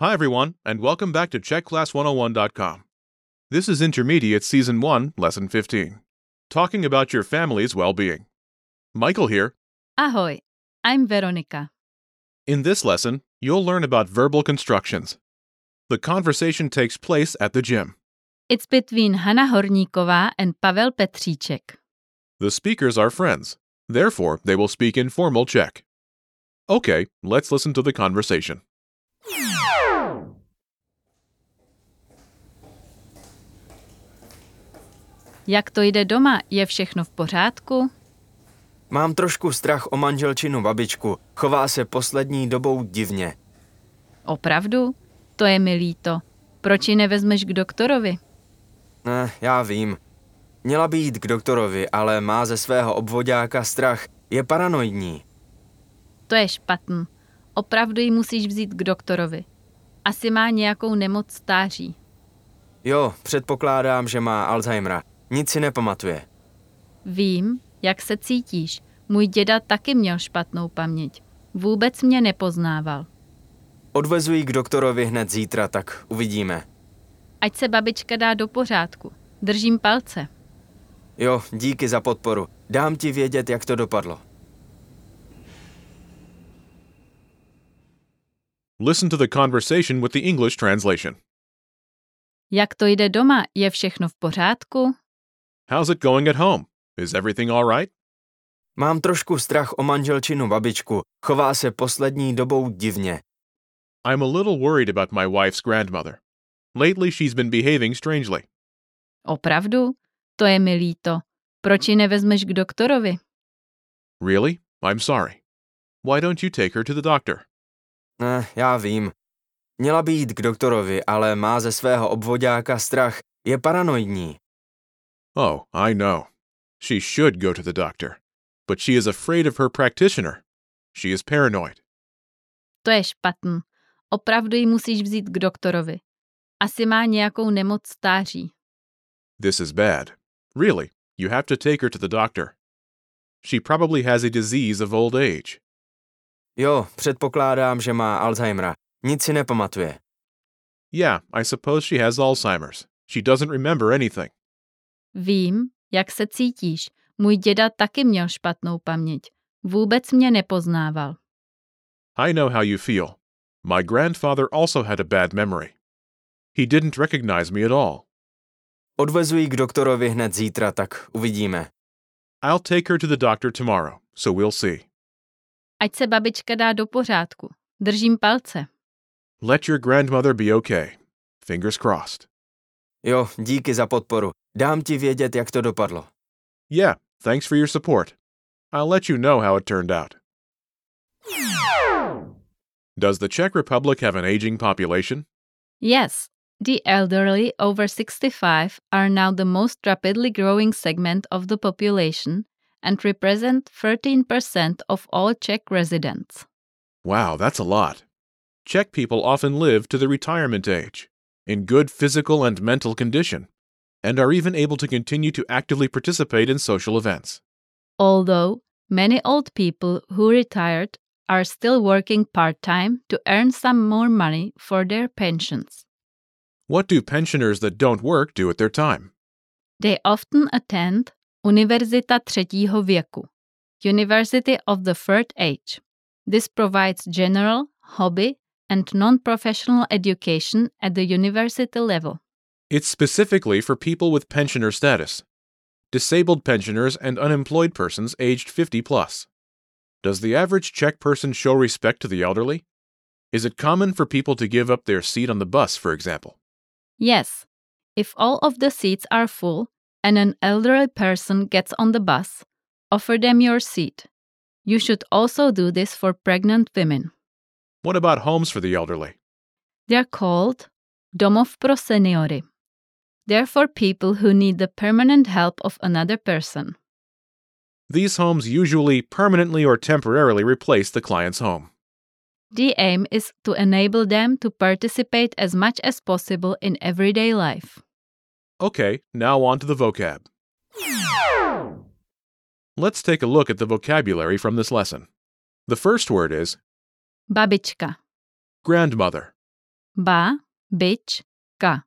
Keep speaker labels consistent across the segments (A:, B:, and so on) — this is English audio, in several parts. A: Hi, everyone, and welcome back to CheckClass101.com. This is Intermediate Season 1, Lesson 15, talking about your family's well being. Michael here.
B: Ahoy, I'm Veronica.
A: In this lesson, you'll learn about verbal constructions. The conversation takes place at the gym.
B: It's between Hanna Horníková and Pavel Petříček.
A: The speakers are friends, therefore, they will speak informal Czech. Okay, let's listen to the conversation.
B: Jak to jde doma? Je všechno v pořádku?
C: Mám trošku strach o manželčinu babičku. Chová se poslední dobou divně.
B: Opravdu? To je mi líto. Proč ji nevezmeš k doktorovi?
C: Ne, já vím. Měla by jít k doktorovi, ale má ze svého obvodáka strach. Je paranoidní.
B: To je špatný. Opravdu ji musíš vzít k doktorovi. Asi má nějakou nemoc stáří.
C: Jo, předpokládám, že má Alzheimera. Nic si nepamatuje.
B: Vím, jak se cítíš. Můj děda taky měl špatnou paměť. Vůbec mě nepoznával.
C: Odvezu ji k doktorovi hned zítra, tak uvidíme.
B: Ať se babička dá do pořádku. Držím palce.
C: Jo, díky za podporu. Dám ti vědět, jak to dopadlo.
A: Listen to the conversation with the English translation.
B: Jak to jde doma? Je všechno v pořádku?
A: How's it going at home? Is everything all right?
C: Mám trošku strach o manželčinu babičku. Chová se poslední dobou divně.
A: I'm a little worried about my wife's grandmother. Lately, she's been behaving strangely.
B: Opravdu? To je mi líto. Proč ji nevezmeš k doktorovi?
A: Really? I'm sorry. Why don't you take her to the doctor?
C: Ne, já vím. Měla by jít k doktorovi, ale má ze svého obvodáka strach. Je paranoidní.
A: Oh, I know. She should go to the doctor. But she is afraid of her practitioner. She is paranoid.
B: To je špatný. Opravdu ji musíš vzít k doktorovi. Asi má nějakou nemoc stáří.
A: This is bad. Really, you have to take her to the doctor. She probably has a disease of old age.
C: Jo, předpokládám, že má Alzheimera. Nic si nepamatuje.
A: Yeah, I suppose she has Alzheimer's. She doesn't remember anything.
B: Vím, jak se cítíš. Můj děda taky měl špatnou paměť. Vůbec mě nepoznával.
A: I know how you feel. My grandfather also had a bad memory. He didn't recognize me at all.
C: Odvezu ji k doktorovi hned zítra, tak uvidíme.
A: I'll take her to the doctor tomorrow, so we'll see.
B: Ať se babička dá do pořádku. Držím palce.
A: Let your grandmother be okay. Fingers crossed.
C: Jo, díky za podporu. Dám ti vědět, jak to dopadlo.
A: Yeah, thanks for your support. I'll let you know how it turned out. Does the Czech Republic have an aging population?
B: Yes, the elderly over 65 are now the most rapidly growing segment of the population and represent 13% of all Czech residents.
A: Wow, that's a lot. Czech people often live to the retirement age, in good physical and mental condition, and are even able to continue to actively participate in social events.
B: Although many old people who retired are still working part time to earn some more money for their pensions.
A: What do pensioners that don't work do at their time?
B: They often attend Univerzita třetího věku, University of the Third Age. This provides general, hobby, and non professional education at the university level.
A: It's specifically for people with pensioner status, disabled pensioners, and unemployed persons aged 50 plus. Does the average Czech person show respect to the elderly? Is it common for people to give up their seat on the bus, for example?
B: Yes, if all of the seats are full and an elderly person gets on the bus, offer them your seat. You should also do this for pregnant women.
A: What about homes for the elderly?
B: They're called domov pro seniory. They're for people who need the permanent help of another person.
A: These homes usually permanently or temporarily replace the client's home.
B: The aim is to enable them to participate as much as possible in everyday life.
A: Okay, now on to the vocab. Let's take a look at the vocabulary from this lesson. The first word is
B: Babička,
A: grandmother,
B: Ba, bič, ka.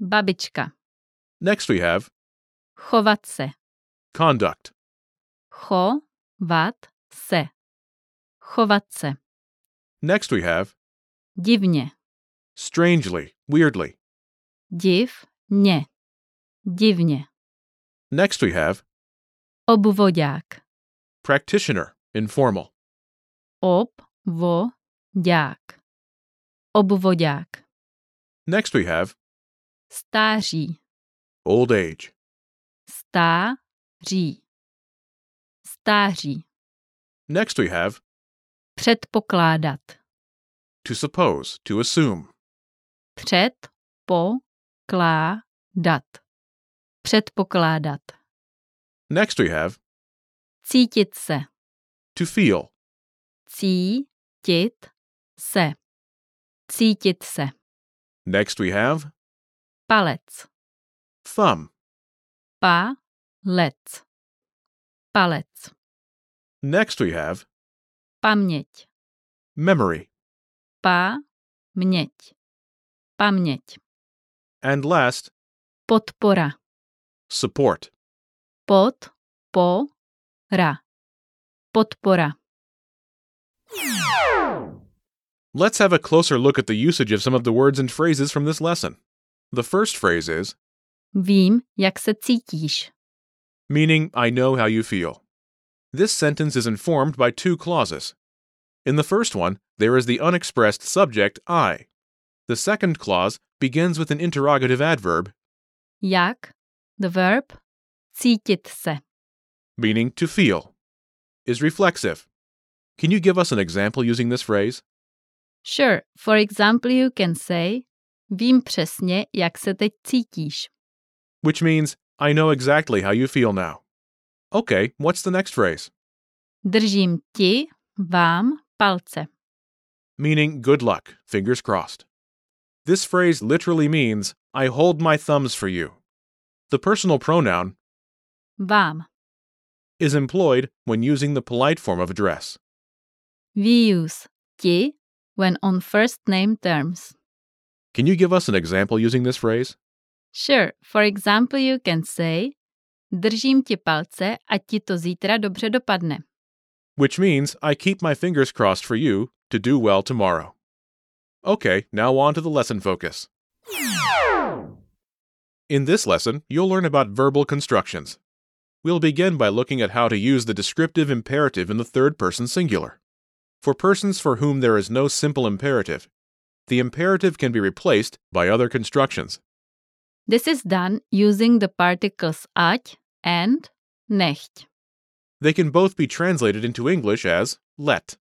B: Babička.
A: Next we have
B: Chovat se.
A: conduct.
B: Chovat se. Chovat se.
A: Next we have
B: Divně.
A: strangely, weirdly.
B: Divně. Divně.
A: Next we have
B: Obvoďák.
A: practitioner, informal.
B: Obvoďák. Obvoďák.
A: Next we have
B: Stáří.
A: old age.
B: Stáří. Stáří.
A: Next we have
B: Předpokládat.
A: to suppose, to assume.
B: Předpokládat. Předpokládat.
A: Next we have
B: Cítit se.
A: to feel.
B: Cítit se. Cítit se.
A: Next we have
B: Palec.
A: thumb.
B: Palec. Palec.
A: Next we have
B: Paměť.
A: memory.
B: Paměť. Paměť.
A: And last,
B: Podpora.
A: support.
B: Pod. Po. Ra. Podpora.
A: Let's have a closer look at the usage of some of the words and phrases from this lesson. The first phrase is
B: Vím, jak se cítíš.
A: meaning I know how you feel. This sentence is informed by two clauses. In the first one, there is the unexpressed subject I. The second clause begins with an interrogative adverb,
B: Jak? The verb. Cítit se.
A: meaning to feel, is reflexive. Can you give us an example using this phrase?
B: Sure, for example you can say Vím přesně, jak se teď cítíš.
A: Which means, I know exactly how you feel now. Okay, what's the next phrase?
B: Držím ti, vám, palce.
A: Meaning good luck, fingers crossed. This phrase literally means, I hold my thumbs for you. The personal pronoun
B: Vám.
A: is employed when using the polite form of address.
B: We use ti when on first name terms.
A: Can you give us an example using this phrase?
B: Sure, for example you can say Držím ti palce, ať ti to zítra dobře dopadne.
A: Which means, I keep my fingers crossed for you to do well tomorrow. Okay, now on to the lesson focus. In this lesson, you'll learn about verbal constructions. We'll begin by looking at how to use the descriptive imperative in the third person singular. For persons for whom there is no simple imperative, the imperative can be replaced by other constructions.
B: This is done using the particles ať and nechť.
A: They can both be translated into English as let.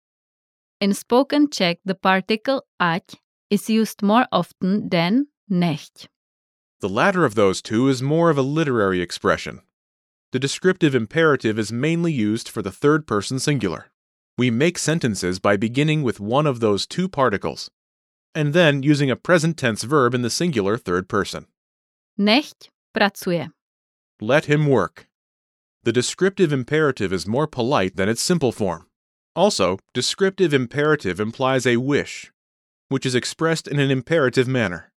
B: In spoken Czech, the particle ať is used more often than nechť.
A: The latter of those two is more of a literary expression. The descriptive imperative is mainly used for the third person singular. We make sentences by beginning with one of those two particles, and then using a present tense verb in the singular third person.
B: Nechť pracuje.
A: Let him work. The descriptive imperative is more polite than its simple form. Also, descriptive imperative implies a wish, which is expressed in an imperative manner.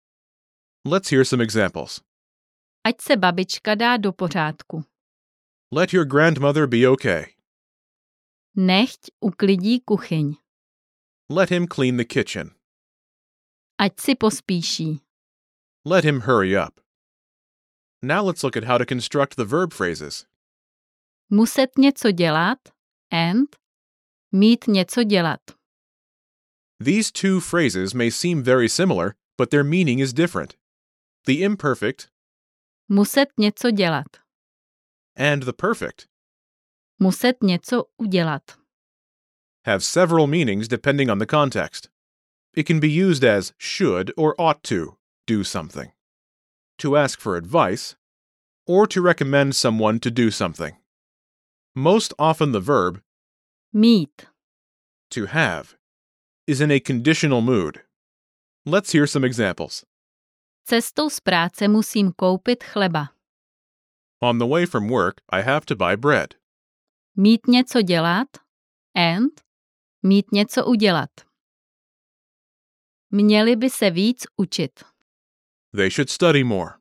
A: Let's hear some examples.
B: Ať se babička dá do pořádku.
A: Let your grandmother be okay.
B: Nechť uklidí kuchyň.
A: Let him clean the kitchen.
B: Ať si pospíší.
A: Let him hurry up. Now let's look at how to construct the verb phrases.
B: Muset něco dělat and mít něco dělat.
A: These two phrases may seem very similar, but their meaning is different. The imperfect
B: Muset něco dělat.
A: and the perfect
B: Muset něco udělat.
A: have several meanings depending on the context. It can be used as should or ought to do something, to ask for advice, or to recommend someone to do something. Most often, the verb
B: Mít.
A: to have is in a conditional mood. Let's hear some examples.
B: Cestou z práce musím koupit chleba.
A: On the way from work, I have to buy bread.
B: Mít něco dělat and mít něco udělat. Měli by se víc učit.
A: They should study more.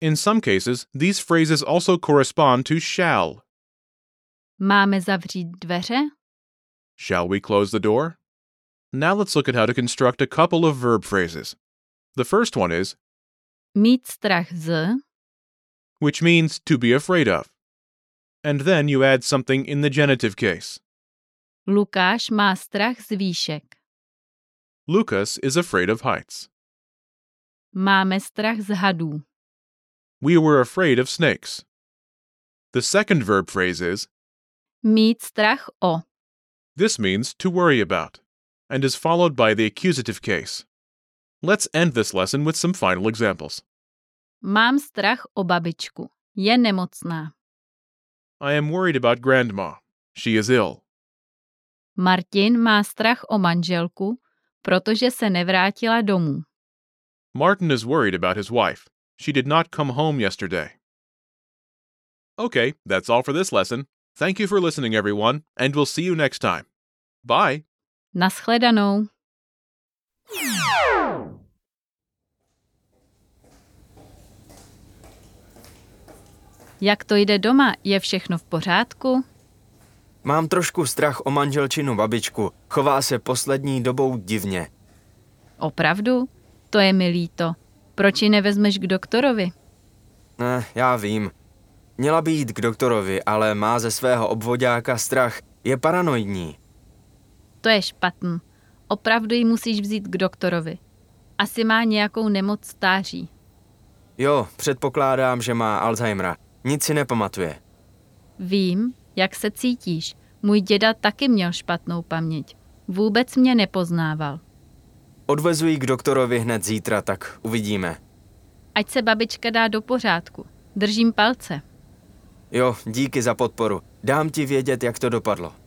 A: In some cases, these phrases also correspond to shall.
B: Máme zavřít dveře?
A: Shall we close the door? Now let's look at how to construct a couple of verb phrases. The first one is,
B: Mít strach z?
A: which means to be afraid of. And then you add something in the genitive case.
B: Lukáš má strach z výšek.
A: Lucas is afraid of heights.
B: Máme strach z hadů.
A: We were afraid of snakes. The second verb phrase is,
B: Mít strach o.
A: This means to worry about, and is followed by the accusative case. Let's end this lesson with some final examples.
B: Mám strach o babičku. Je nemocná.
A: I am worried about Grandma. She is ill.
B: Martin má strach o manželku, protože se nevrátila domů.
A: Martin is worried about his wife. She did not come home yesterday. Okay, that's all for this lesson. Thank you for listening, everyone, and we'll see you next time. Bye.
B: Naschledanou. Jak to jde doma? Je všechno v pořádku?
C: Mám trošku strach o manželčinu babičku. Chová se poslední dobou divně.
B: Opravdu? To je mi líto. Proč ji nevezmeš k doktorovi?
C: Ne, já vím. Měla by jít k doktorovi, ale má ze svého obvodáka strach. Je paranoidní.
B: To je špatný. Opravdu ji musíš vzít k doktorovi. Asi má nějakou nemoc stáří.
C: Jo, předpokládám, že má Alzheimera. Nic si nepamatuje.
B: Vím, jak se cítíš. Můj děda taky měl špatnou paměť. Vůbec mě nepoznával.
C: Odvezu ji k doktorovi hned zítra, tak uvidíme.
B: Ať se babička dá do pořádku. Držím palce.
C: Jo, díky za podporu. Dám ti vědět, jak to dopadlo.